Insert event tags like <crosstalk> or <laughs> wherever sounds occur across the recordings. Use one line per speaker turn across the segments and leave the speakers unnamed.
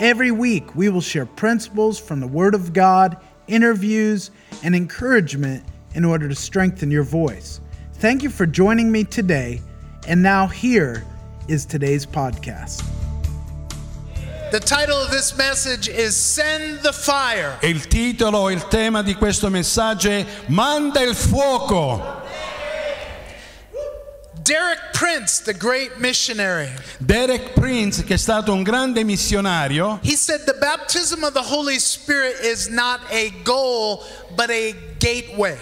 Every week, we will share principles from the Word of God, interviews, and encouragement in order to strengthen your voice. Thank you for joining me today. And now, here is today's podcast.
The title of this message is Send the Fire.
E il titolo, il tema di questo messaggio è Manda il fuoco.
Derek Prince, the great missionary,
Derek Prince, che è stato un grande missionario,
he said the baptism of the Holy Spirit is not a goal, but a gateway.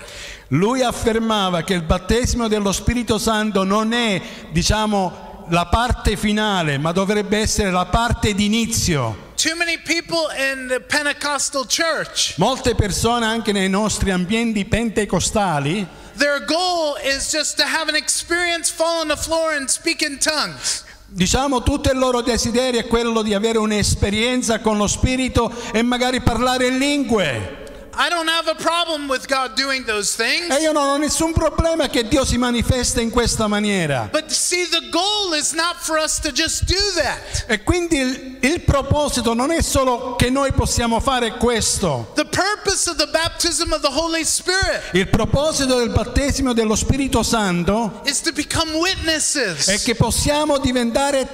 lui affermava che il battesimo dello Spirito Santo non è, diciamo, la parte finale, ma dovrebbe essere la parte d'inizio.
Too many people in the Pentecostal church,
Molte persone anche nei nostri ambienti pentecostali,
their goal is just to have an experience, fall on the floor, and speak in tongues.
diciamo, tutto il loro desiderio è quello di avere un'esperienza con lo Spirito e magari parlare in lingue.
I don't have a problem with God doing those things,
E io non ho nessun problema che Dio si manifesta in questa maniera.
but see, the goal is not for us to just do that.
E quindi il, il proposito non è solo che noi possiamo fare questo.
The purpose of the baptism of the Holy Spirit
Il proposito del battesimo dello Spirito Santo
is to become witnesses.
è che possiamo diventare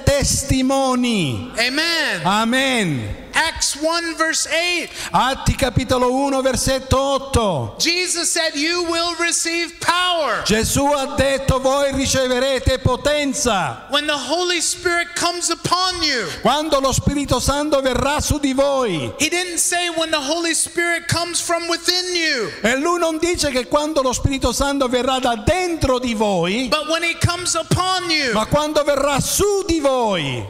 testimoni.
Amen.
Amen.
Acts 1, verse 8.
Atti capitolo 1 versetto 8.
Jesus said, You will receive power
Gesù ha detto voi riceverete potenza
when the Holy Spirit comes upon you.
quando lo Spirito Santo verrà su di voi.
He didn't say when the Holy Spirit comes from within you,
E lui non dice che quando lo Spirito Santo verrà da dentro di voi,
but when He comes upon you,
ma quando verrà su di voi.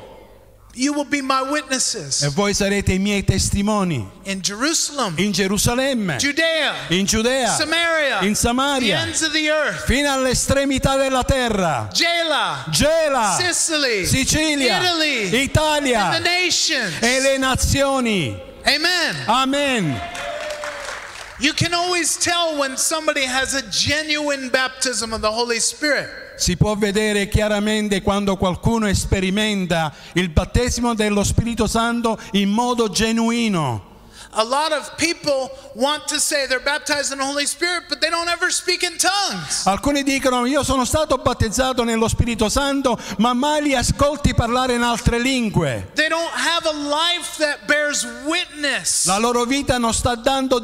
you will be my
E
witnesses
voi sarete i miei testimoni
in Jerusalem,
in Gerusalemme,
Judea,
in Giudea,
Samaria,
in
the
Samaria,
ends of the earth,
fino all'estremità della terra.
Jela,
Gela,
Sicily,
Sicilia,
Italy,
Italia
and the nations.
e le nazioni.
Amen.
Amen.
You can always tell when somebody has a genuine baptism of the Holy Spirit.
Si può vedere chiaramente quando qualcuno sperimenta il battesimo dello Spirito Santo in modo genuino.
A lot of people want to say they're baptized in the Holy Spirit, but they don't ever speak in tongues.
Alcuni dicono io sono stato battezzato nello Spirito Santo, ma mai li ascolti parlare in altre lingue.
They don't have a life that bears witness.
La loro vita non sta dando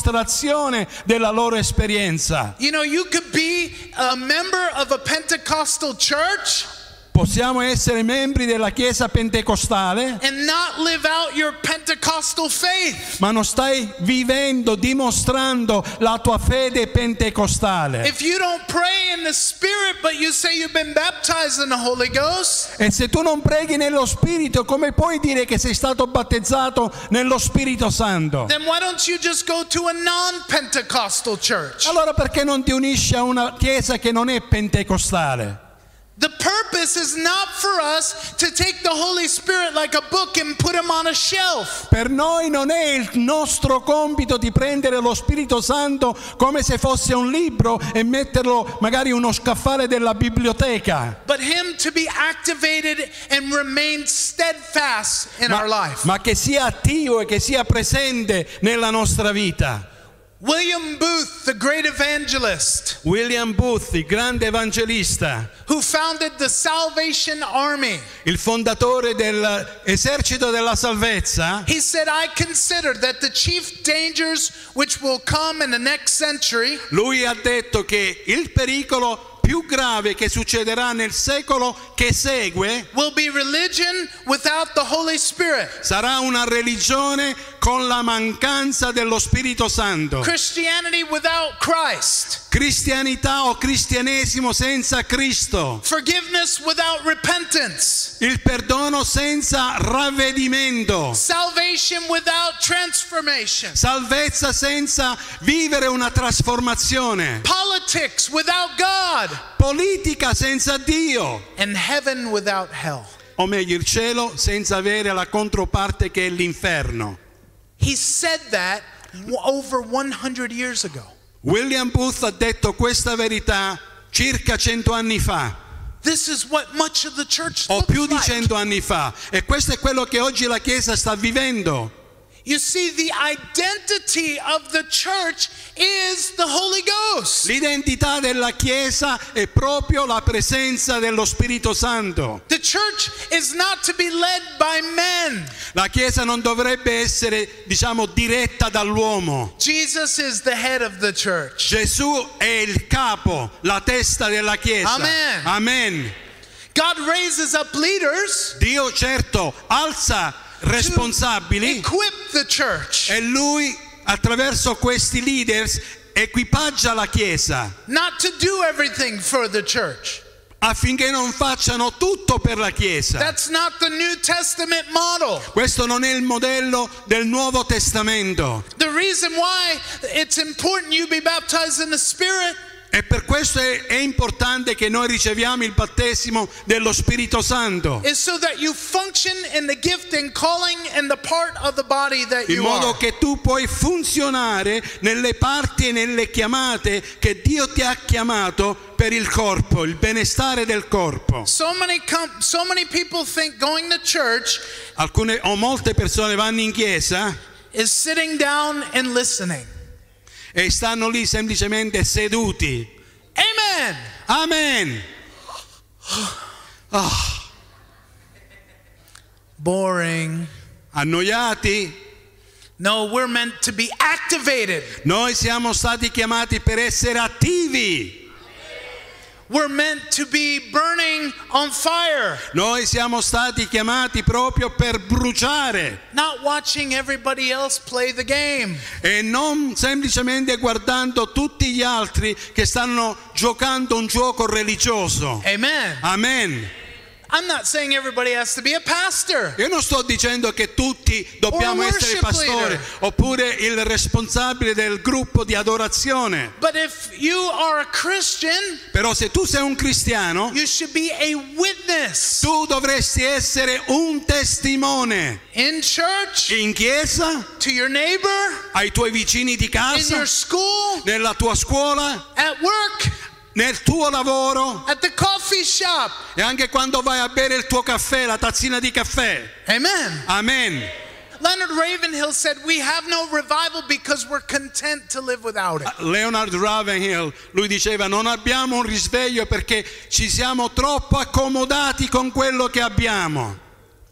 dimostrazione della loro esperienza.
You know, you could be a member of a Pentecostal church
Possiamo essere membri della Chiesa pentecostale,
and not live out your Pentecostal faith.
ma non stai vivendo, dimostrando la tua fede pentecostale.
If you don't pray in the Spirit, but you say you've been baptized in the Holy Ghost,
E se tu non preghi nello Spirito, come puoi dire che sei stato battezzato nello Spirito Santo?
then why don't you just go to a non Pentecostal church?
Allora perché non ti unisci a una Chiesa che non è pentecostale?
The purpose is not for us to take the Holy Spirit like a book and put him on a shelf.
Per noi non è il nostro compito di prendere lo Spirito Santo come se fosse un libro e metterlo magari in uno scaffale della biblioteca.
But him to be activated and remain steadfast in our life.
ma che sia attivo e che sia presente nella nostra vita.
William Booth, the great evangelist
William Booth, il grande evangelista,
who founded the Salvation Army,
il fondatore dell'esercito della salvezza,
he said, I consider that the chief dangers which will come in the next century
lui ha detto che il pericolo più grave che succederà nel secolo che segue
will be religion without the Holy Spirit.
Sarà una religione con la mancanza dello Spirito Santo.
Christianity without Christ.
Cristianità o cristianesimo senza Cristo.
Forgiveness without repentance.
Il perdono senza ravvedimento.
Salvation without transformation.
Salvezza senza vivere una trasformazione.
Politics without God.
Politica senza Dio.
And heaven without hell.
O meglio, il cielo senza avere la controparte che è l'inferno.
He said that w- over 100 years ago.
William Booth ha detto questa verità circa cento anni fa,
This is what much of the church
o più
looks
di
like.
cento anni fa, e questo è quello che oggi la Chiesa sta vivendo.
You see, the identity of the church is the Holy Ghost.
L'identità della Chiesa è proprio la presenza dello Spirito Santo.
The church is not to be led by men.
La Chiesa non dovrebbe essere, diciamo, diretta dall'uomo.
Jesus is the head of the church.
Gesù è il capo, la testa della Chiesa.
Amen.
Amen.
God raises up leaders
Dio certo alza
to
responsabili
equip the church,
e lui attraverso questi leaders equipaggia la Chiesa
not to do everything for the church.
affinché non facciano tutto per la Chiesa.
That's not the New Testament model.
Questo non è il modello del Nuovo Testamento
The reason why it's important you be baptized in the Spirit
e per questo è, è importante che noi riceviamo il battesimo dello Spirito Santo
is so that you function in the gift and calling and the part of the body that
in
you
modo
are.
che tu puoi funzionare nelle parti e nelle chiamate che Dio ti ha chiamato per il corpo, il benestare del corpo.
So many com- so many people think going to church
Alcune o molte persone vanno in chiesa
is sitting down and listening.
e stanno lì semplicemente seduti.
Amen.
Amen.
Boring.
Annoiati?
No, we're meant to be activated.
Noi siamo stati chiamati per essere attivi.
We're meant to be burning on fire,
Noi siamo stati chiamati proprio per bruciare
not watching everybody else play the game.
e non semplicemente guardando tutti gli altri che stanno giocando un gioco religioso.
Amen.
Amen.
I'm not saying everybody has to be a pastor.
Io non sto dicendo che tutti dobbiamo
Or a
essere
worship
pastori
leader.
oppure il responsabile del gruppo di adorazione.
But if you are a Christian,
Però se tu sei un cristiano,
you should be a witness
tu dovresti essere un testimone
in church,
in chiesa,
to your neighbor,
ai tuoi vicini di
in
casa,
your school,
nella tua scuola,
at work,
nel tuo lavoro
at the coffee shop.
e anche quando vai a bere il tuo caffè, la tazzina di caffè.
Amen.
Amen.
Leonard Ravenhill said, We have no revival because we're content to live without it.
Leonard Ravenhill, lui diceva non abbiamo un risveglio perché ci siamo troppo accomodati con quello che abbiamo.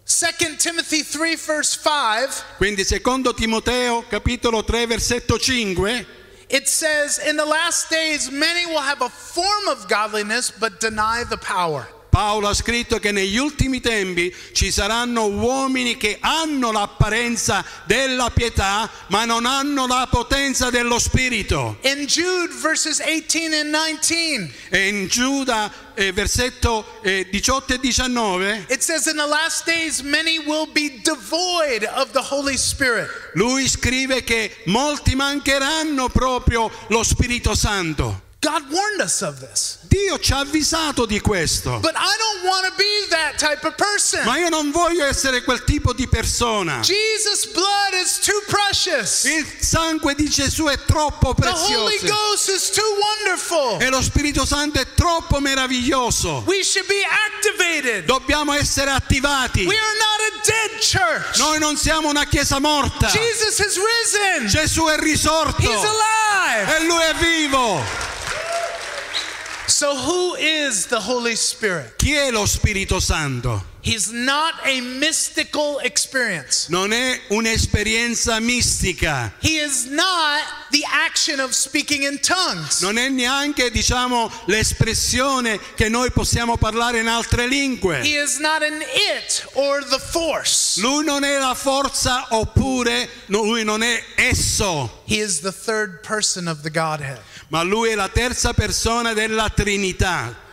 2 Timothy 3, verse 5,
Quindi secondo Timoteo capitolo 3 versetto 5
it says, In the last days, many will have a form of godliness but deny the power.
Paolo ha scritto che negli ultimi tempi ci saranno uomini che hanno l'apparenza della pietà, ma non hanno la potenza dello Spirito.
In Jude, verses 18 and 19,
E in Giuda, eh, versetto eh, 18 e 19,
it says, In the last days, many will be devoid of the Holy Spirit.
lui scrive che molti mancheranno proprio lo Spirito Santo.
God warned us of this.
Dio ci ha avvisato di questo.
But I don't want to be that type of person.
Ma io non voglio essere quel tipo di persona.
Jesus' blood is too precious.
Il sangue di Gesù è troppo
The Holy
prezioso.
Ghost is too wonderful.
E lo Spirito Santo è troppo meraviglioso.
We should be activated.
Dobbiamo essere attivati.
We are not a dead church.
Noi non siamo una chiesa morta.
Jesus has risen.
Gesù è risorto.
He's alive.
E lui è vivo.
So who is the Holy Spirit?
Chi è lo Spirito Santo?
He He's not a mystical experience.
non è un'esperienza mistica,
He is not the action of speaking in tongues.
non è neanche diciamo l'espressione che noi possiamo parlare in altre lingue.
He is not an it or the force.
Lui non è la forza oppure no, lui non è esso,
He is the third person of the Godhead.
ma lui è la terza persona della Trinità.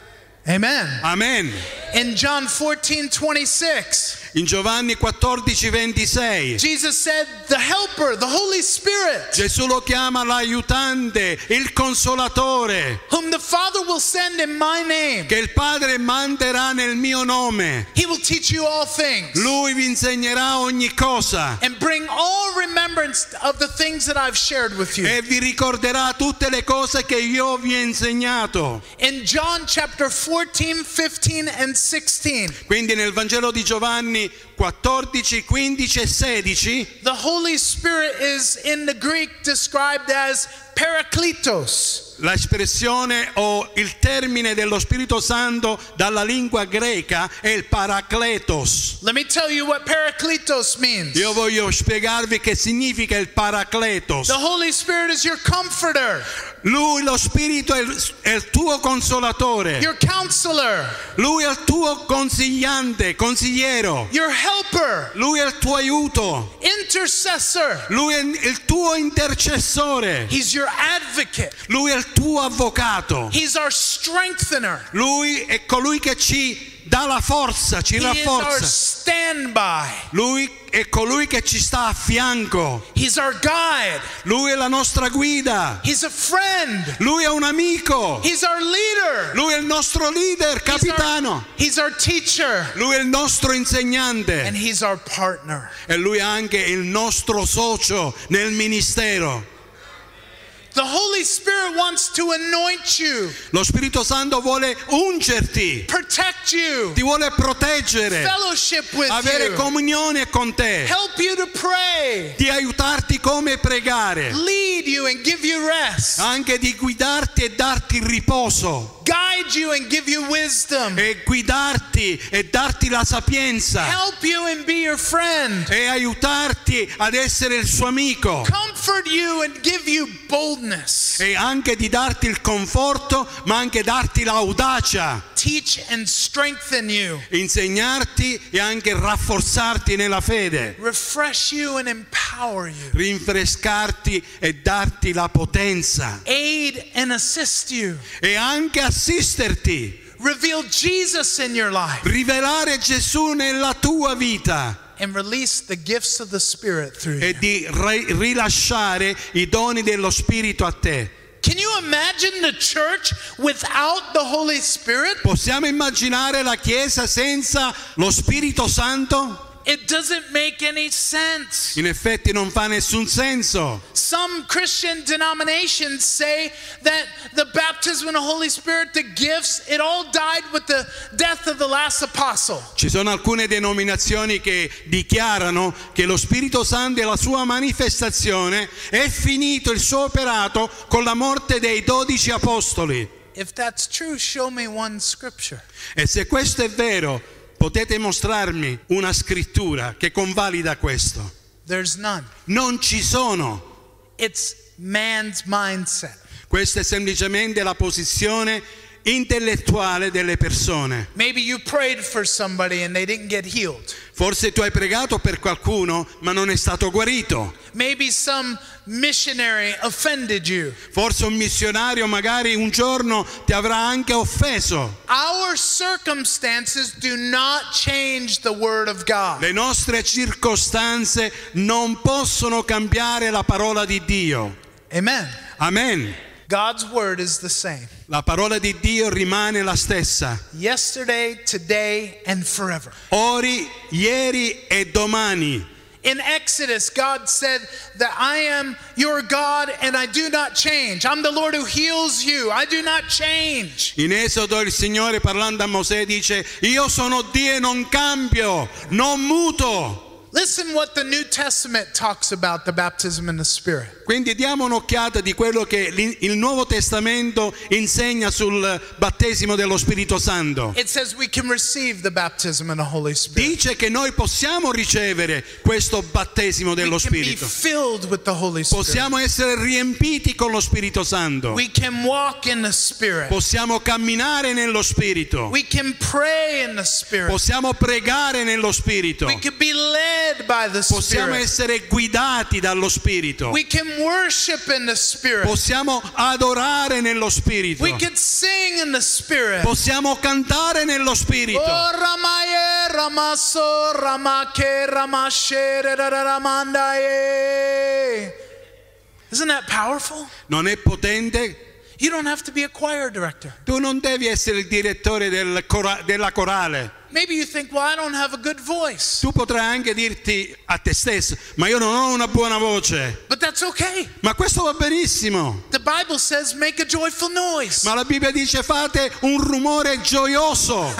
Amen.
Amen.
In John 14, 26,
In Giovanni 14, 26.
Jesus said, The Helper, the Holy Spirit,
Gesù lo chiama l'aiutante, il consolatore,
whom the Father will send in my name,
che il Padre manderà nel mio nome.
he will teach you all things
Lui vi insegnerà ogni cosa
and bring all remembrance of the things that I've shared with you.
e vi ricorderà tutte le cose che io vi ho insegnato.
In John chapter 14, 15, and 16,
Quindi nel Vangelo di Giovanni 14, 15 e 16
the Holy Spirit is in the Greek described as parakletos.
l'espressione o il termine dello Spirito Santo dalla lingua greca è il paracletos.
Let me tell you what parakletos means.
Io voglio spiegarvi che significa il paracletos.
The Holy Spirit is your comforter,
Lui lo Spirito è il, è il tuo consolatore,
your counselor,
Lui è il tuo consigliante, consigliero,
your helper,
Lui è il tuo aiuto,
intercessor.
Lui è il tuo intercessore,
He's your advocate.
Lui è il tuo avvocato,
He's our strengthener.
Lui è colui che ci dà la forza, ci
He is our
rafforza,
standby.
Lui è colui che ci sta a fianco,
He's our guide.
Lui è la nostra guida,
He's a friend.
Lui è un amico,
He's our leader.
Lui è il nostro leader,
He's our-
capitano,
He's our teacher.
Lui è il nostro insegnante.
And he's our partner.
e lui è anche il nostro socio nel ministero.
The Holy Spirit wants to anoint you,
Lo Spirito Santo vuole ungerti,
protect you,
ti vuole proteggere,
fellowship with
avere
you,
comunione con te,
help you to pray,
di aiutarti come pregare,
lead you and give you rest,
anche di guidarti e darti riposo,
guide you and give you wisdom,
e guidarti e darti la sapienza,
help you and be your friend,
e aiutarti ad essere il suo amico.
comfort you and give you boldness,
E anche di darti il conforto, ma anche darti l'audacia.
teach and strengthen you,
insegnarti e anche rafforzarti nella fede,
refresh you and empower you,
rinfrescarti e darti la potenza
aid and assist you,
e anche assisterti,
reveal Jesus in your life.
rivelare Gesù nella tua vita
and release the gifts of the Spirit through you.
e di ri- rilasciare i doni dello Spirito a te.
Can you imagine the church without the Holy Spirit?
Possiamo immaginare la Chiesa senza lo Spirito Santo?
It doesn't make any sense.
In effetti non fa nessun senso.
Some Christian denominations say that the baptism in the Holy Spirit, the gifts, it all died with the death of the last apostle.
Ci sono alcune denominazioni che dichiarano che lo Spirito Santo e la sua manifestazione è finito il suo operato con la morte dei dodici apostoli.
If that's true, show me one scripture.
E se questo è vero, potete mostrarmi una scrittura che convalida questo.
There's none.
Non ci sono.
It's man's mindset.
Questa è semplicemente la posizione intellettuale delle persone.
Maybe you prayed for somebody and they didn't get healed.
Forse tu hai pregato per qualcuno, ma non è stato guarito.
Maybe some missionary offended you.
Forse un missionario magari un giorno ti avrà anche offeso.
Our circumstances do not change the Word of God.
Le nostre circostanze non possono cambiare la parola di Dio.
Amen.
Amen.
God's Word is the same
La parola di Dio rimane la stessa.
yesterday, today, and forever.
Ori, ieri e domani.
In Exodus, God said that I am your God and I do not change. I'm the Lord who heals you. I do not change.
In Esodo il Signore parlando a Mosè dice, io sono Dio e non cambio, non muto.
Listen what the New Testament talks about the baptism in the Spirit.
Quindi diamo un'occhiata di quello che l'in- il Nuovo Testamento insegna sul battesimo dello Spirito Santo.
It says we can receive the baptism in the Holy Spirit.
Dice che noi possiamo ricevere questo battesimo dello
We can be
Spirito.
filled with the Holy Spirit.
Possiamo essere riempiti con lo Spirito Santo.
We can walk in the Spirit.
Possiamo camminare nello Spirito.
We can pray in the Spirit.
Possiamo pregare nello Spirito.
We can be led by the
Possiamo
Spirit.
essere guidati dallo Spirito.
We can worship in the Spirit.
Possiamo adorare nello Spirito.
We can sing in the Spirit.
Possiamo cantare nello Spirito.
Oh, Ramaye, Ramaso, Ramake, Ramashe, Ramandaye. Isn't that powerful?
Non è potente?
You don't have to be a choir director.
Tu non devi essere il direttore del cora- della corale.
Maybe you think, well, I don't have a good voice.
Tu potrai anche dirti a te stesso, ma io non ho una buona voce.
But that's okay.
Ma questo va benissimo.
The Bible says, make a joyful noise.
Ma la Bibbia dice fate un rumore gioioso.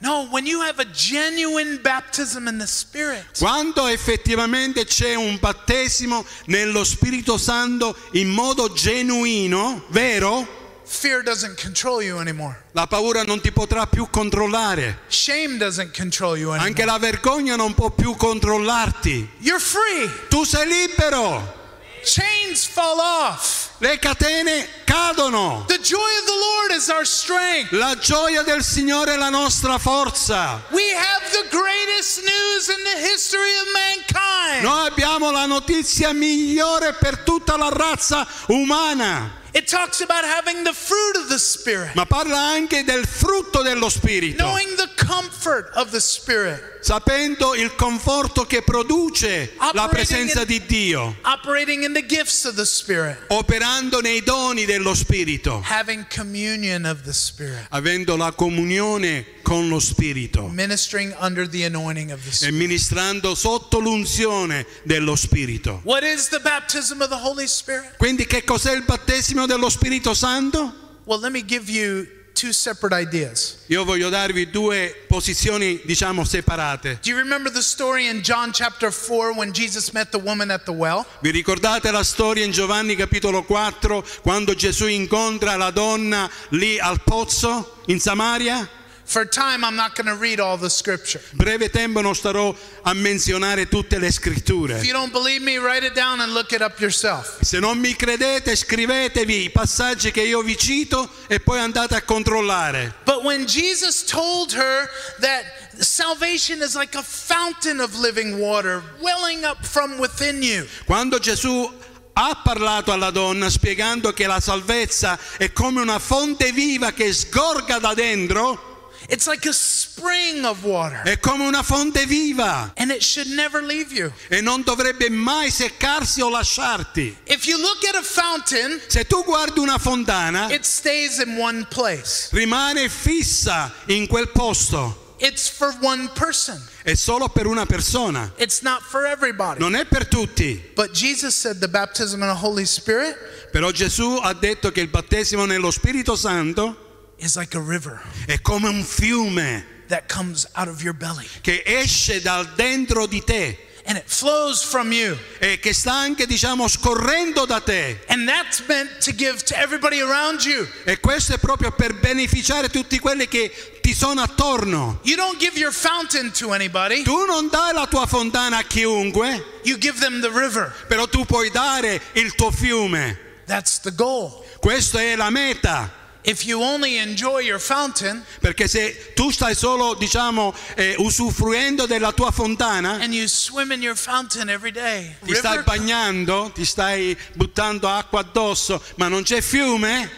No, when you have a genuine baptism in the Spirit,
Quando effettivamente c'è un battesimo nello Spirito Santo in modo genuino, vero,
fear doesn't control you anymore.
la paura non ti potrà più controllare.
Shame doesn't control you anymore.
Anche la vergogna non può più controllarti.
You're free.
Tu sei libero.
Chains fall off.
Le catene cadono.
The joy of the Lord is our strength.
La gioia del Signore è la nostra forza.
We have the greatest news in the history of mankind.
Noi abbiamo la notizia migliore per tutta la razza umana.
It talks about having the fruit of the Spirit,
Ma parla anche del frutto dello Spirito.
knowing the comfort of the Spirit,
sapendo il conforto che produce la presenza di Dio,
operating in the gifts of the Spirit,
operando nei doni dello Spirito,
having communion of the Spirit,
avendo la comunione con lo Spirito
ministering under the anointing of the
e
Spirit.
ministrando sotto l'unzione dello Spirito.
What is the baptism of the Holy Spirit?
Quindi che cos'è il battesimo dello Spirito Santo?
Well, let me give you two separate ideas.
Io voglio darvi due posizioni, diciamo, separate.
Do you remember the story in John chapter 4 when Jesus met the woman at the well?
Vi ricordate la storia in Giovanni capitolo 4 quando Gesù incontra la donna lì al pozzo in Samaria?
For time, I'm not going to read all the scripture.
Breve tempo non starò a menzionare tutte le
If
scritture.
you don't believe me, write it down and look it up yourself.
Se non mi credete, scrivetevi i passaggi che io vi cito e poi andate a controllare.
But when Jesus told her that salvation is like a fountain of living water welling up from within you,
Quando Gesù ha parlato alla donna spiegando che la salvezza è come una fonte viva che sgorga da dentro,
it's like a spring of water
è come una fonte viva
and it should never leave you.
e non dovrebbe mai seccarsi o lasciarti.
If you look at a fountain,
Se tu guardi una fontana,
it stays in one place.
rimane fissa in quel posto.
It's for one person.
È solo per una persona.
It's not for everybody.
Non è per tutti,
But Jesus said the baptism in the Holy Spirit
però Gesù ha detto che il battesimo nello Spirito Santo
is like a river
è come un fiume
that comes out of your belly
che esce dal dentro di te
and it flows from you.
e che sta anche, diciamo, scorrendo da te.
And that's meant to give to everybody around you.
E questo è proprio per beneficiare tutti quelli che ti sono attorno.
You don't give your fountain to anybody,
Tu non dai la tua fontana a chiunque,
you give them the river.
però tu puoi dare il tuo fiume.
That's the goal.
Questa è la meta.
If you only enjoy your fountain
Perché se tu stai solo, diciamo, eh, usufruendo della tua fontana,
and you swim in your fountain every day,
Ti stai
Eh, river,
bagnando, ti stai buttando acqua addosso, ma non c'è fiume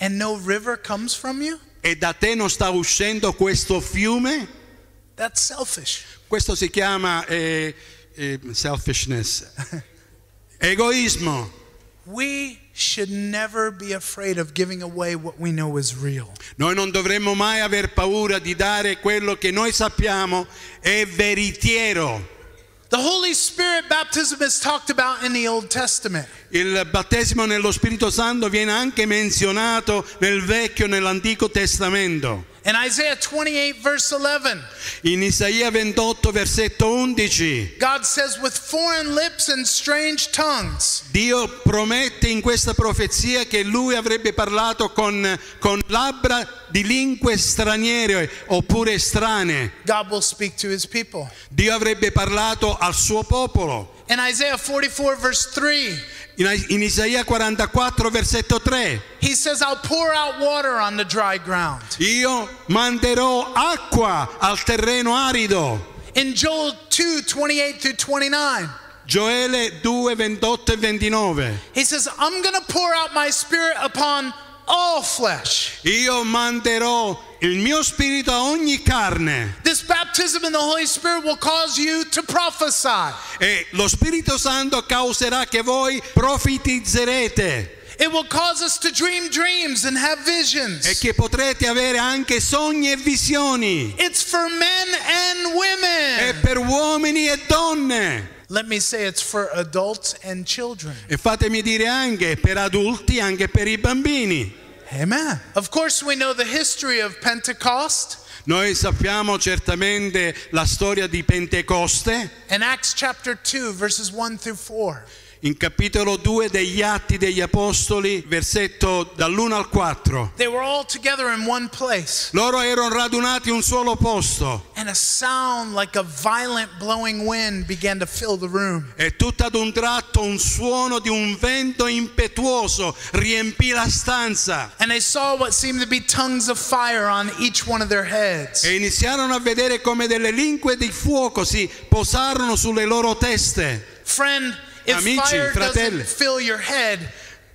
and no river comes from you,
e da te non sta uscendo questo fiume?
that's selfish.
Questo si chiama eh, eh, selfishness, <laughs> egoismo.
We should never be afraid of giving away what we know is real.
Noi non dovremmo mai aver paura di dare quello che noi sappiamo è veritiero.
The Holy Spirit baptism is talked about in the Old Testament.
Il battesimo nello Spirito Santo viene anche menzionato nel Vecchio e nell'Antico Testamento.
In Isaiah 28, verse 11,
In Isaia 28 versetto 11
God says, With foreign lips and strange tongues,
Dio promette in questa profezia che lui avrebbe parlato con, con labbra di lingue straniere oppure strane.
God will speak to his people.
Dio avrebbe parlato al suo popolo.
In Isaiah 44, verse 3,
In, in Isaia 44 versetto 3
he says, I'll pour out water on the dry ground.
Io manderò acqua al terreno arido.
In Joel 2, 28 through 29,
Gioele 2, 28 e 29.
he says, I'm going to pour out my spirit upon all flesh.
Io manderò il mio spirito a ogni carne
This baptism in the Holy Spirit will cause you to prophesy.
e lo Spirito Santo causerà che voi profetizzerete
It will cause us to dream dreams and have
e
visions.
che potrete avere anche sogni e visioni
It's for men and
è
women.
per uomini e donne
Let me say it's for adults and children.
e fatemi dire anche per adulti anche per i bambini
Amen. Of course, we know the history of Pentecost.
noi sappiamo certamente la storia di Pentecoste
In Acts chapter 2, verses 1 through 4,
in capitolo 2 degli Atti degli Apostoli versetto dall'1 al 4
they were all together in one place,
loro erano radunati in un solo posto
and a sound like a violent blowing wind began to fill the room.
E tutto ad un tratto un suono di un vento impetuoso riempì la stanza.
And they saw what seemed to be tongues of fire on each one of their heads.
E iniziarono a vedere come delle lingue di fuoco si posarono sulle loro teste.
Friend, if
Amici,
fire doesn't
fratelli.
fill your head,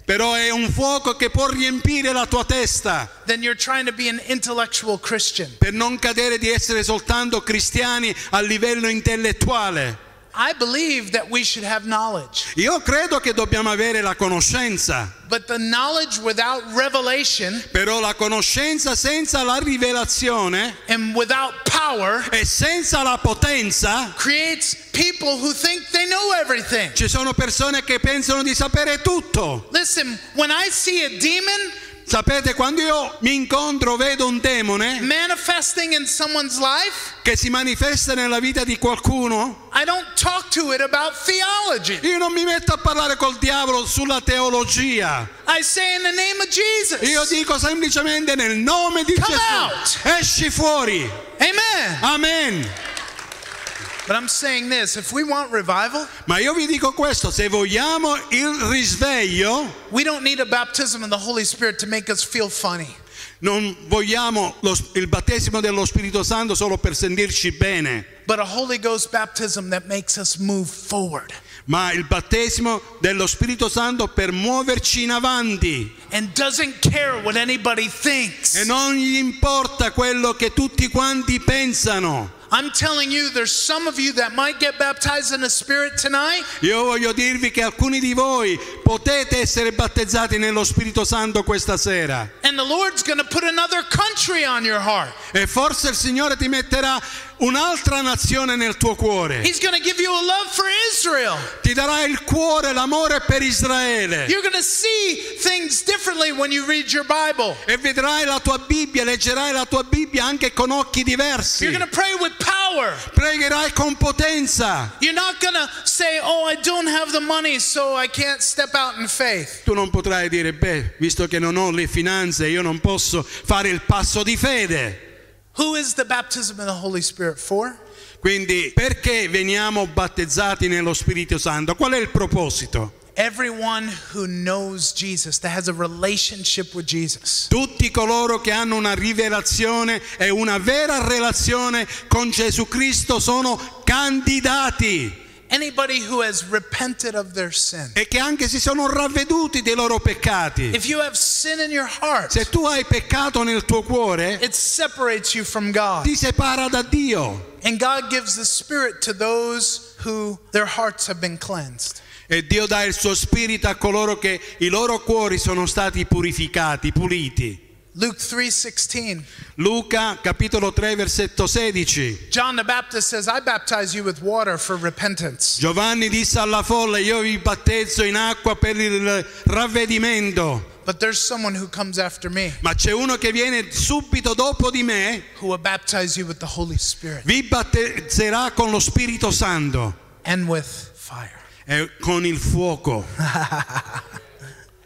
Però è un fuoco che può riempire la tua testa
then you're trying to be an intellectual Christian.
per non cadere di essere soltanto cristiani a livello intellettuale.
I believe that we should have knowledge,
Io credo che dobbiamo avere la conoscenza,
but the knowledge without revelation
però la conoscenza senza la rivelazione
and without power
e senza la potenza
creates people who think they know everything.
Ci sono persone che pensano di sapere tutto.
Listen, when I see a demon
Sapete, quando io mi incontro, vedo un demone
manifesting in someone's life,
che si manifesta nella vita di qualcuno,
I don't talk to it about theology.
io non mi metto a parlare col diavolo sulla teologia.
I say in the name of
Io
Jesus.
dico semplicemente nel nome di
Come
Gesù,
out!
esci fuori.
Amen.
Amen.
But I'm saying this if we want revival,
Ma io vi dico questo, se vogliamo il risveglio,
we don't need a baptism in the Holy Spirit to make us feel funny.
non vogliamo lo- il battesimo dello Spirito Santo solo per sentirci bene.
but a Holy Ghost baptism that makes us move forward
ma il battesimo dello Spirito Santo per muoverci in avanti
and doesn't care what anybody
e
thinks.
non gli importa quello che tutti quanti pensano.
I'm telling you, there's some of you that might get baptized in the Spirit tonight,
Io voglio dirvi che alcuni di voi potete essere battezzati nello Spirito Santo questa sera
and the Lord's going to put another country on your heart.
e forse il Signore ti metterà un'altra nazione nel tuo cuore.
He's going to give you a love for Israel.
Ti darà il cuore, l'amore per Israele
You're going to see things differently when you read your Bible.
e vedrai la tua Bibbia, leggerai la tua Bibbia anche con occhi
You're
diversi.
going to pray with power.
Pregherai con potenza.
You're not going to say, Oh, I don't have the money, so I can't step out in faith.
Tu non potrai dire, beh, visto che non ho le finanze, io non posso fare il passo di fede.
Who is the baptism of the Holy Spirit for?
Quindi perché veniamo battezzati nello Spirito Santo? Qual è il proposito?
Everyone who knows Jesus, that has a relationship with Jesus.
Tutti coloro che hanno una rivelazione e una vera relazione con Gesù Cristo sono candidati
Anybody who has repented of their sin.
e che anche si sono ravveduti dei loro peccati.
If you have sin in your heart,
Se tu hai peccato nel tuo cuore,
it separates you from God.
ti separa da Dio.
And God gives the Spirit to those who their hearts have been cleansed.
E Dio dà il suo spirito a coloro che i loro cuori sono stati purificati, puliti.
Luke 3:16.
Luca capitolo 3 versetto 16.
John the Baptist says, "I baptize you with water for repentance,
Giovanni disse alla folla, io vi battezzo in acqua per il ravvedimento,
But there's someone who comes after me
ma c'è uno che viene subito dopo di me,
who will baptize you with the Holy Spirit
vi battezzerà con lo Spirito Santo
and with fire.
e con il fuoco.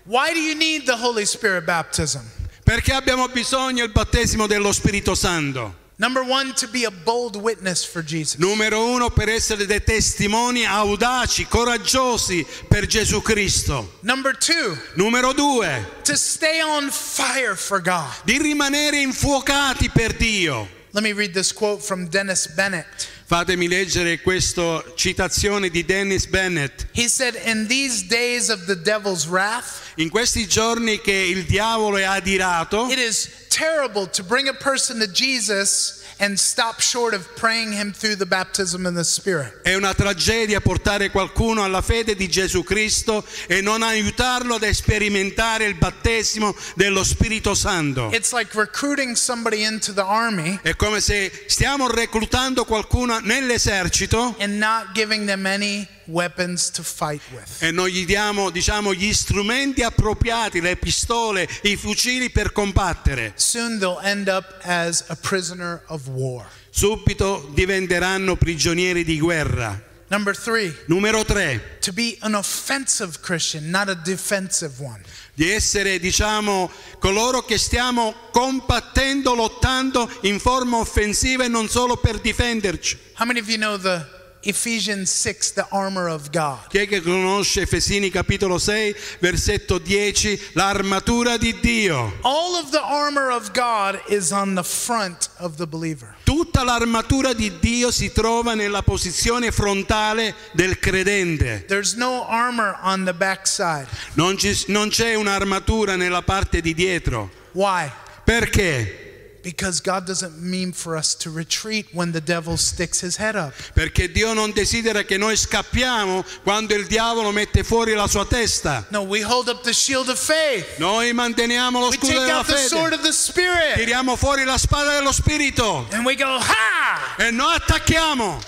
Why do you need the Holy Spirit baptism?
Perché abbiamo bisogno del battesimo dello Spirito Santo.
Number one, to be a bold witness for Jesus.
Numero uno, per essere dei testimoni audaci, coraggiosi per Gesù Cristo.
Number two,
Numero due,
to stay on fire for God.
di rimanere infuocati per Dio.
Let me read this quote from Dennis Bennett.
Fatemi leggere questa citazione di Dennis Bennett.
He said, In these days of the devil's wrath,
In questi giorni che il diavolo è adirato,
it is terrible to bring a person to Jesus and stop short of praying him through the baptism in the Spirit.
è una tragedia portare qualcuno alla fede di Gesù Cristo e non aiutarlo ad sperimentare il battesimo dello Spirito Santo.
It's like recruiting somebody into the army
È come se stiamo reclutando qualcuno nell'esercito
and not giving them any weapons to fight with.
e non gli diamo, diciamo, gli strumenti appropriati, le pistole, i fucili per combattere.
Soon they'll end up as a prisoner of war.
Subito diventeranno prigionieri di guerra.
Number three,
Numero 3,
to be an offensive Christian, not a defensive one.
di essere, diciamo, coloro che stiamo combattendo, lottando in forma offensiva e non solo per difenderci.
How many of you know the Ephesians 6, the armor of God?
Chi è che conosce Efesini capitolo 6, versetto 10, l'armatura di Dio?
All of the armor of God is on the front of the believer.
Tutta l'armatura di Dio si trova nella posizione frontale del credente.
There's no armor on the backside.
Non, ci- non c'è un'armatura nella parte di dietro.
Why?
Perché?
Because God doesn't mean for us to retreat when the devil sticks his head up.
Perché Dio non desidera che noi scappiamo quando il diavolo mette fuori la sua testa.
No, we hold up the shield of faith.
Noi manteniamo lo
We
scudo
take
della
out the sword
fede.
of the Spirit.
Tiriamo fuori la spada dello spirito
And we go, ha!
e noi attacchiamo.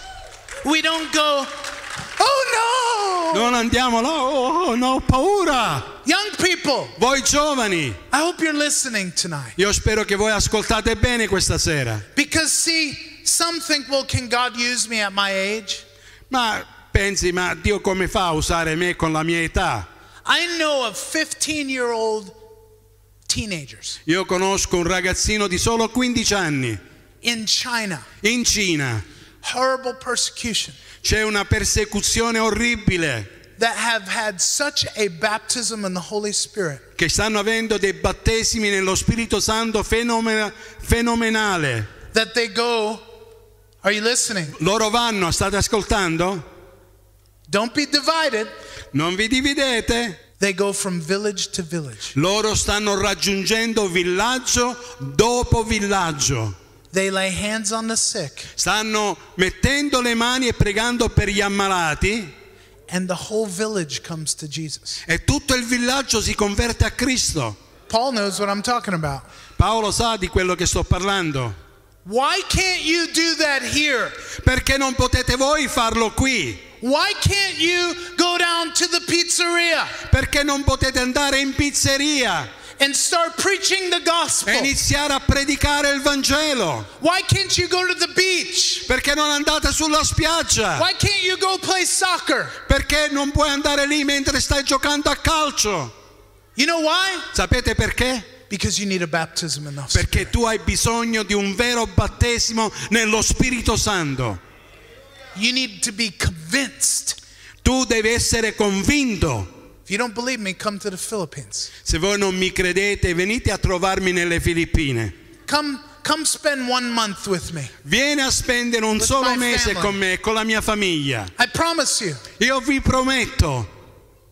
We don't go, oh no!
Non andiamo là, oh, oh, no, ho paura.
Young people,
Voi giovani,
I hope you're listening tonight.
io spero che voi ascoltate bene questa sera.
Because, see, some think, well, can God use me at my age?
Ma pensi, ma Dio come fa a usare me con la mia età?
I know of 15 year old teenagers
Io conosco un ragazzino di solo 15 anni.
in China,
In Cina
horrible persecution,
c'è una persecuzione orribile
that have had such a baptism in the Holy Spirit
che stanno avendo dei battesimi nello Spirito Santo fenomena- fenomenale.
that they go, are you listening?
Loro vanno, state ascoltando?
Don't be divided.
Non vi dividete.
They go from village to village.
Loro stanno raggiungendo villaggio dopo villaggio.
They lay hands on the sick,
Stanno mettendo le mani e pregando per gli ammalati.
and the whole village comes to Jesus.
e tutto il villaggio si converte a Cristo.
Paul knows what I'm talking about.
Paolo sa di quello che sto parlando.
Why can't you do that here?
Perché non potete voi farlo qui?
Why can't you go down to the pizzeria
Perché non potete andare in pizzeria
and start preaching the gospel?
e iniziare a predicare il Vangelo?
Why can't you go to the beach?
Perché non andate sulla spiaggia?
Why can't you go play soccer?
Perché non puoi andare lì mentre stai giocando a calcio?
You know why?
Sapete perché?
Because you need a baptism in the Spirit.
Perché tu hai bisogno di un vero battesimo nello Spirito Santo.
You need to be convinced.
Tu devi essere convinto.
If you don't believe me, come to the Philippines.
Se voi non mi credete, venite a trovarmi nelle Filippine.
Come come spend 1 month with me.
Vieni a spendere un
With
solo
my
mese
family.
con me, e con la mia famiglia.
I promise you,
Io vi prometto,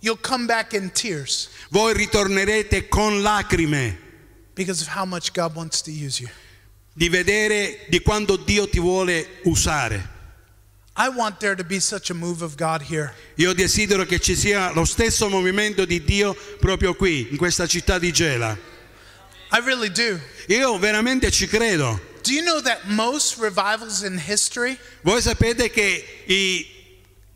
you'll come back in tears
voi ritornerete con lacrime
because of how much God wants to use you.
di vedere di quando Dio ti vuole usare.
I want there to be such a move of God here.
Io desidero che ci sia lo stesso movimento di Dio proprio qui, in questa città di Gela.
I really do.
Io veramente ci credo.
Do you know that most revivals in history
Voi sapete che i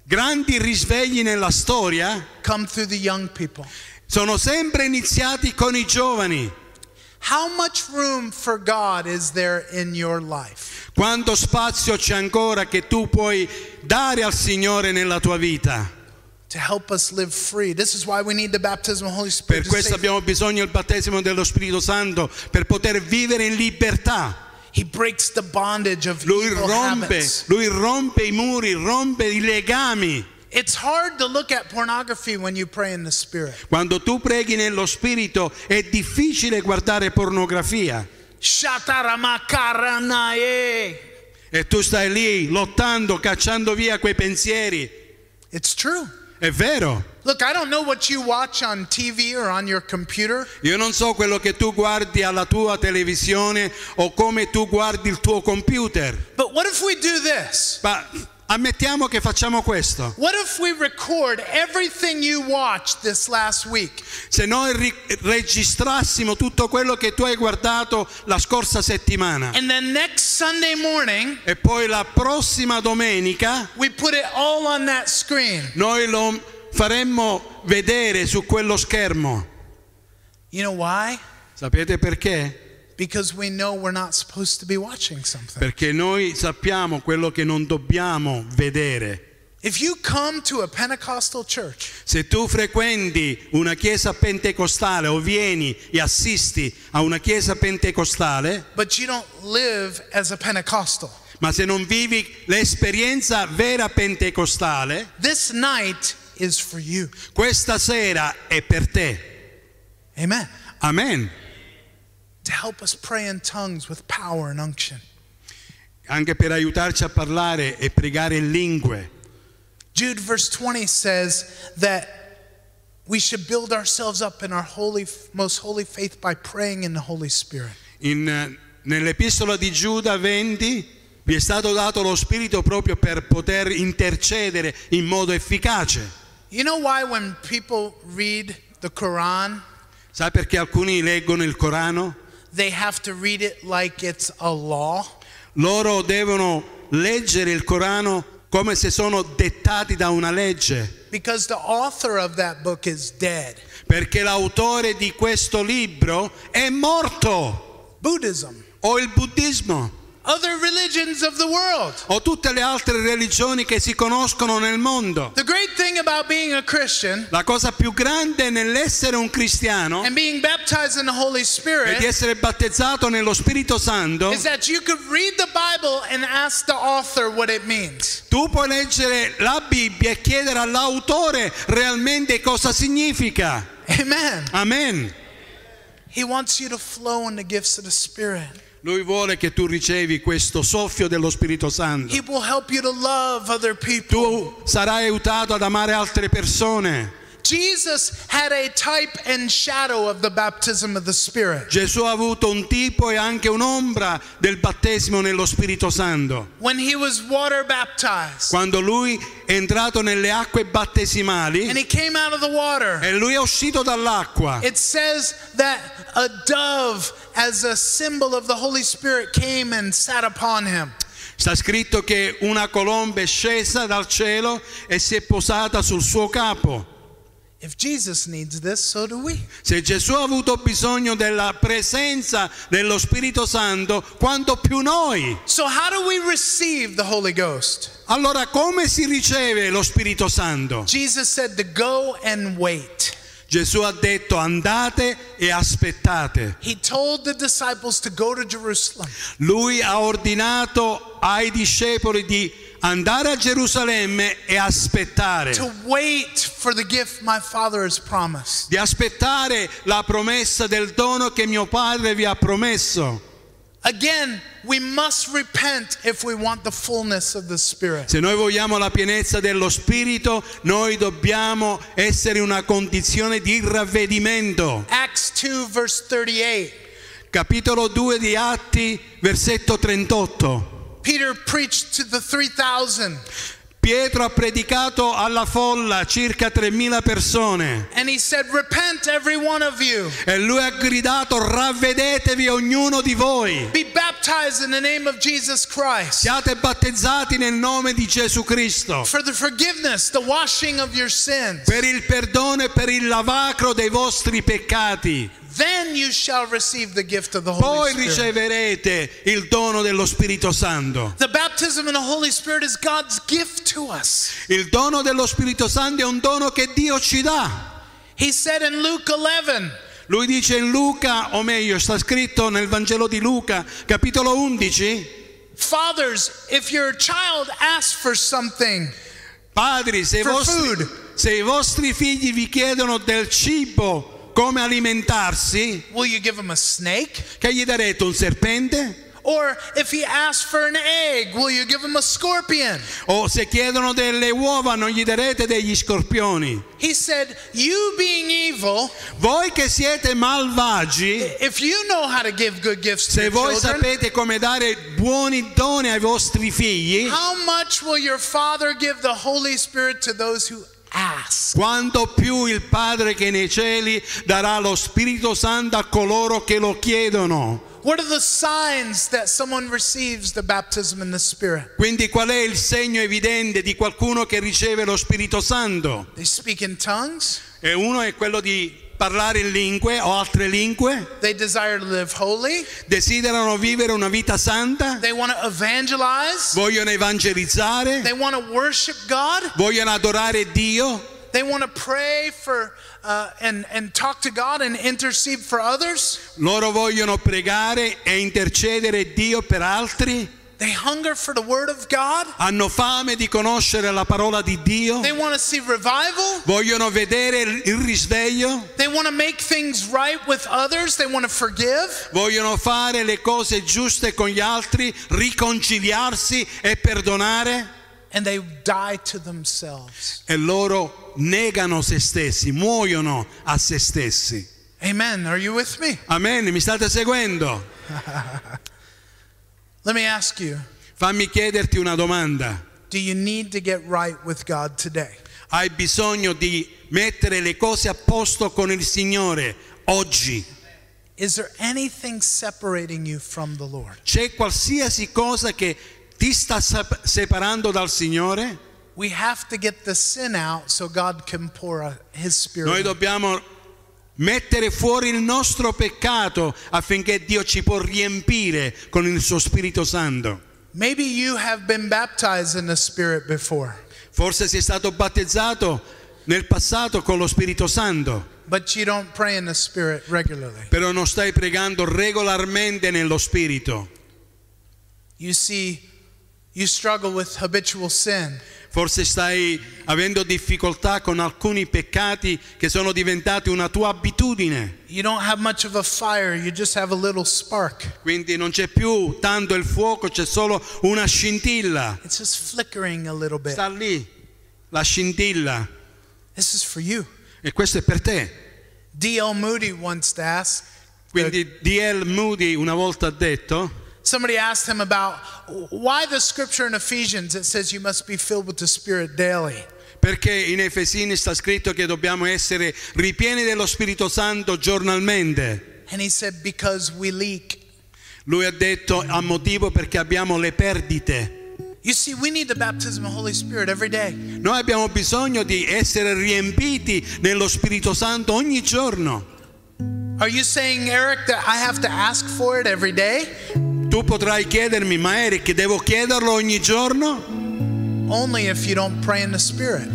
grandi risvegli nella storia
come through the young people?
Sono sempre iniziati con i giovani.
How much room for God is there in your life?
Quanto spazio c'è ancora che tu puoi dare al Signore nella tua vita?
To help us live free. This is why we need the baptism of the Holy
Per
Spirit. to
questo
save-
abbiamo bisogno del battesimo dello Spirito Santo per poter vivere in libertà.
He breaks the bondage of
Lui
evil
rompe,
habits.
lui rompe i muri, rompe i legami.
It's hard to look at pornography when you pray in the Spirit.
Quando tu preghi nello Spirito è difficile guardare pornografia
Shataramakaranaye.
e tu stai lì lottando, cacciando via quei pensieri.
It's true.
È vero,
Look, I don't know what you watch on TV or on your computer,
io non so quello che tu guardi alla tua televisione o come tu guardi il tuo computer,
but what if we do this?
ma ammettiamo che facciamo questo.
What if we record everything you watched this last week?
Se noi ri- registrassimo tutto quello che tu hai guardato la scorsa settimana
And then next Sunday morning,
e poi la prossima domenica
we put it all on that screen.
noi lo faremmo vedere su quello schermo.
You know why?
Sapete perché?
Because we know we're not supposed to be watching something.
Perché noi sappiamo quello che non dobbiamo vedere.
If you come to a Pentecostal church
Se tu frequenti una chiesa pentecostale o vieni e assisti a una chiesa pentecostale,
but you don't live as a Pentecostal,
ma se non vivi l'esperienza vera pentecostale,
this night is for you.
questa sera è per te.
Amen.
Amen.
To help us pray in tongues with power and unction.
Anche per aiutarci a parlare e pregare in lingue.
Jude verse 20 says that we should build ourselves up in our holy most holy faith by praying in the Holy Spirit.
In, eh, nell'epistola di Giuda 20 vi è stato dato lo Spirito proprio per poter intercedere in modo efficace.
You know why when people read the Quran,
Sai perché alcuni leggono il Corano?
they have to read it like it's a law?
Loro devono leggere il Corano come se sono dettati da una legge,
Because the author of that book is dead.
perché l'autore di questo libro è morto,
Buddhism,
o il buddismo,
other religions of the world.
o tutte le altre religioni che si conoscono nel mondo.
The great thing about being a Christian
La cosa più grande nell'essere un cristiano
and being baptized in the Holy
e
Spirit
di essere battezzato nello Spirito Santo,
is that you could read the Bible and ask the author what it means.
tu puoi leggere la Bibbia e chiedere all'autore realmente cosa significa.
Amen.
Amen.
He wants you to flow in the gifts of the Spirit.
Lui vuole che tu ricevi questo soffio dello Spirito Santo.
He will help you to love other people.
Tu sarai aiutato ad amare altre persone.
Jesus had a type and shadow of the baptism of the Spirit.
Gesù ha avuto un tipo e anche un'ombra del battesimo nello Spirito Santo.
When he was water baptized
Quando lui è entrato nelle acque battesimali
and he came out of the water,
e lui è uscito dall'acqua.
it says that a dove, as a symbol of the Holy Spirit, came and sat upon him.
Sta scritto che una colomba è scesa dal cielo e si è posata sul suo capo.
If Jesus needs this, so do we.
Se Gesù ha avuto bisogno della presenza dello Spirito Santo, quanto più noi.
So, how do we receive the Holy Ghost?
Allora come si riceve lo Spirito Santo?
Jesus said to go and wait.
Gesù ha detto andate e aspettate.
He told the disciples to go to Jerusalem.
Lui ha ordinato ai discepoli di andare a Gerusalemme e aspettare.
to wait for the gift my father has promised.
Di aspettare la promessa del dono che mio padre vi ha promesso.
Again, we must repent if we want the fullness of the Spirit.
Se noi vogliamo la pienezza dello Spirito, noi dobbiamo essere in una condizione di ravvedimento.
Acts 2, verse 38.
Capitolo 2 di Atti, versetto 38.
Peter preached to the 3,000.
Pietro ha predicato alla folla circa 3.000 persone
And he said, Repent, every one of you.
e lui ha gridato ravvedetevi ognuno di voi.
Be baptized in the name of Jesus Christ
Siate battezzati nel nome di Gesù Cristo
for the forgiveness, the washing of your sins.
per il perdono e per il lavacro dei vostri peccati.
Then you shall receive the gift of the Holy
Poi
Spirit.
riceverete il dono dello Spirito Santo.
The baptism in the Holy Spirit is God's gift to us.
Il dono dello Spirito Santo è un dono che Dio ci dà.
He said in Luke 11,
Lui dice in Luca, o meglio, sta scritto nel Vangelo di Luca, capitolo 11.
Fathers, if your child asks for something,
Padri, se i,
For
vostri,
food.
se i vostri figli vi chiedono del cibo, come alimentarsi,
will you give him a snake?
che gli darete un serpente?
Or if he asks for an egg, will you give him a scorpion?
O se chiedono delle uova, non gli darete degli scorpioni?
He said, You being evil,
Voi che siete malvagi,
if you know how to give good gifts to
Se
your
voi
children,
sapete come dare buoni doni ai vostri figli,
how much will your Father give the Holy Spirit to those who ask?
quanto più il Padre che è nei cieli darà lo Spirito Santo a coloro che lo chiedono.
What are the signs that someone receives the baptism in the Spirit?
Quindi qual è il segno evidente di qualcuno che riceve lo Spirito Santo?
They speak in tongues,
E uno è quello di parlare in lingue o altre lingue,
they desire to live holy,
desiderano vivere una vita santa,
they want to evangelize,
vogliono evangelizzare,
they want to worship God,
vogliono adorare Dio,
they want to pray for uh, and, and talk to God and intercede for others.
loro vogliono pregare e intercedere Dio per altri.
They hunger for the Word of God.
hanno fame di conoscere la parola di Dio,
They want to see revival.
vogliono vedere il risveglio,
They want to make things right with others. They want to forgive.
vogliono fare le cose giuste con gli altri, riconciliarsi e perdonare
And they die to themselves.
e loro negano se stessi, muoiono a se stessi.
Amen. Are you with me?
Amen, mi state seguendo?
Let me ask you
Fammi chiederti una domanda.
do you need to get right with God today?
Hai bisogno di mettere le cose a posto con il Signore oggi.
Is there anything separating you from the Lord?
C'è qualsiasi cosa che ti sta sap- separando dal Signore?
We have to get the sin out so God can pour uh, His
Noi
Spirit.
dobbiamo mettere fuori il nostro peccato affinché Dio ci può riempire con il suo Spirito Santo.
Maybe you have been baptized in the Spirit before,
Forse sei stato battezzato nel passato con lo Spirito Santo,
but you don't pray in the Spirit regularly.
però non stai pregando regolarmente nello Spirito.
You see, you struggle with habitual sin.
Forse stai avendo difficoltà con alcuni peccati che sono diventati una tua abitudine,
You don't have much of a fire, you just have a little spark.
quindi non c'è più tanto il fuoco, c'è solo una scintilla.
It's just flickering a little bit.
Sta lì la scintilla
This is for you.
e questo è per te.
D.L. Moody once asked,
Quindi D.L. Moody una volta ha detto,
somebody asked him about why the scripture in Ephesians it says you must be filled with the Spirit daily.
perché in Efesini sta scritto che dobbiamo essere ripieni dello Spirito Santo giornalmente.
And he said, because we leak.
Lui ha detto a motivo perché abbiamo le perdite.
You see, we need the baptism of the Holy Spirit every day.
Noi abbiamo bisogno di essere riempiti nello Spirito Santo ogni giorno.
Are you saying, Eric, that I have to ask for it every day?
Tu potrai chiedermi, ma Eric, devo chiederlo ogni giorno?
Only if you don't pray in the Spirit.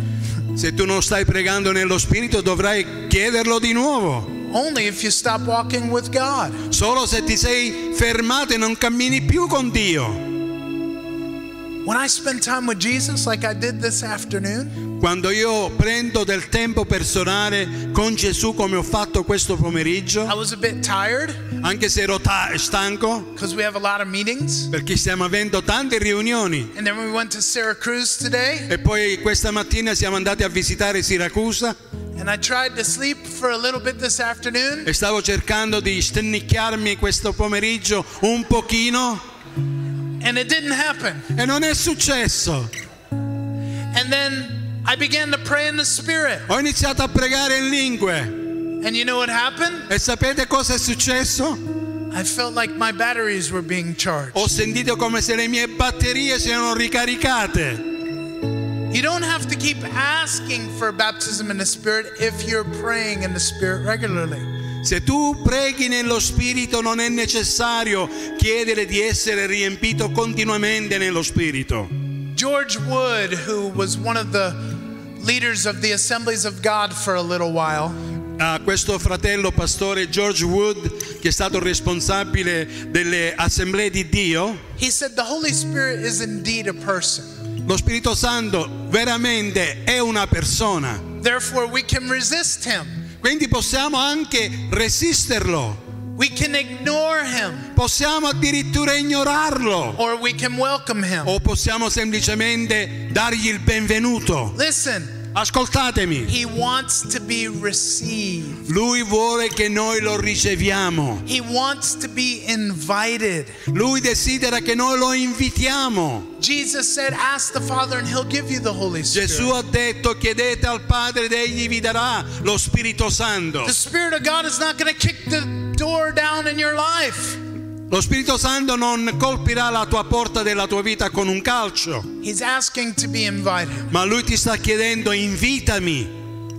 Se tu non stai pregando nello Spirito dovrai chiederlo di nuovo.
Only if you stop walking with God.
Solo se ti sei fermato e non cammini più con Dio.
When I spend time with Jesus like I did this afternoon,
Quando io prendo del tempo personale con Gesù come ho fatto questo
I
pomeriggio,
was a bit tired
anche se ero ta- stanco,
because we have a lot of meetings.
perché stiamo avendo tante riunioni.
And then we went to Syracuse today,
E poi questa mattina siamo andati a visitare Siracusa
and I tried to sleep for a little bit this afternoon,
e stavo cercando di stennicchiarmi questo pomeriggio un pochino
and it didn't happen.
e non è successo.
And then I began to pray in the Spirit.
Ho iniziato a pregare in lingue
And you know what happened?
e sapete cosa è successo?
I felt like my batteries were being charged.
Ho sentito come se le mie batterie si erano ricaricate.
You don't have to keep asking for baptism in the Spirit if you're praying in the Spirit regularly.
Se tu preghi nello Spirito non è necessario chiedere di essere riempito continuamente nello Spirito.
George Wood, who was one of the leaders of the Assemblies of God for a little while,
A Ah, questo fratello pastore George Wood, che è stato il responsabile delle assemblee di Dio,
he said the Holy Spirit is indeed a person.
lo Spirito Santo veramente è una persona.
Therefore, we can resist him,
Quindi possiamo anche resisterlo,
we can ignore him,
possiamo addirittura ignorarlo
or we can welcome him.
o possiamo semplicemente dargli il benvenuto.
Listen,
Ascoltatemi,
he wants to be received,
lui vuole che noi lo riceviamo,
he wants to be invited.
lui desidera che noi lo invitiamo.
Jesus said, Ask the Father, and he'll give you the Holy Spirit.
Gesù ha detto chiedete al Padre ed egli vi darà lo Spirito Santo.
The Spirit of God is not going to kick the door down in your life.
Lo Spirito Santo non colpirà la tua porta della tua vita con un calcio,
He's asking to be invited.
ma lui ti sta chiedendo invitami.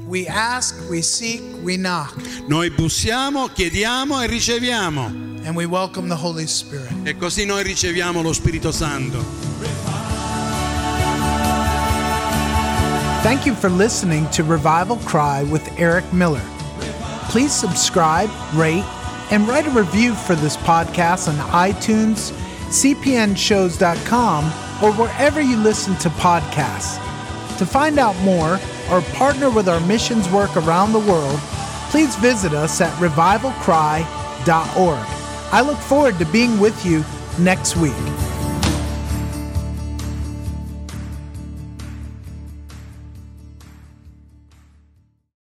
We ask, we seek, we knock,
Noi bussiamo, chiediamo e riceviamo.
and we welcome the Holy Spirit.
E così noi riceviamo lo Spirito Santo.
Thank you for listening to Revival Cry with Eric Miller. Please subscribe, rate, and write a review for this podcast on iTunes, cpnshows.com, or wherever you listen to podcasts. To find out more or partner with our missions work around the world, please visit us at revivalcry.org. I look forward to being with you next week.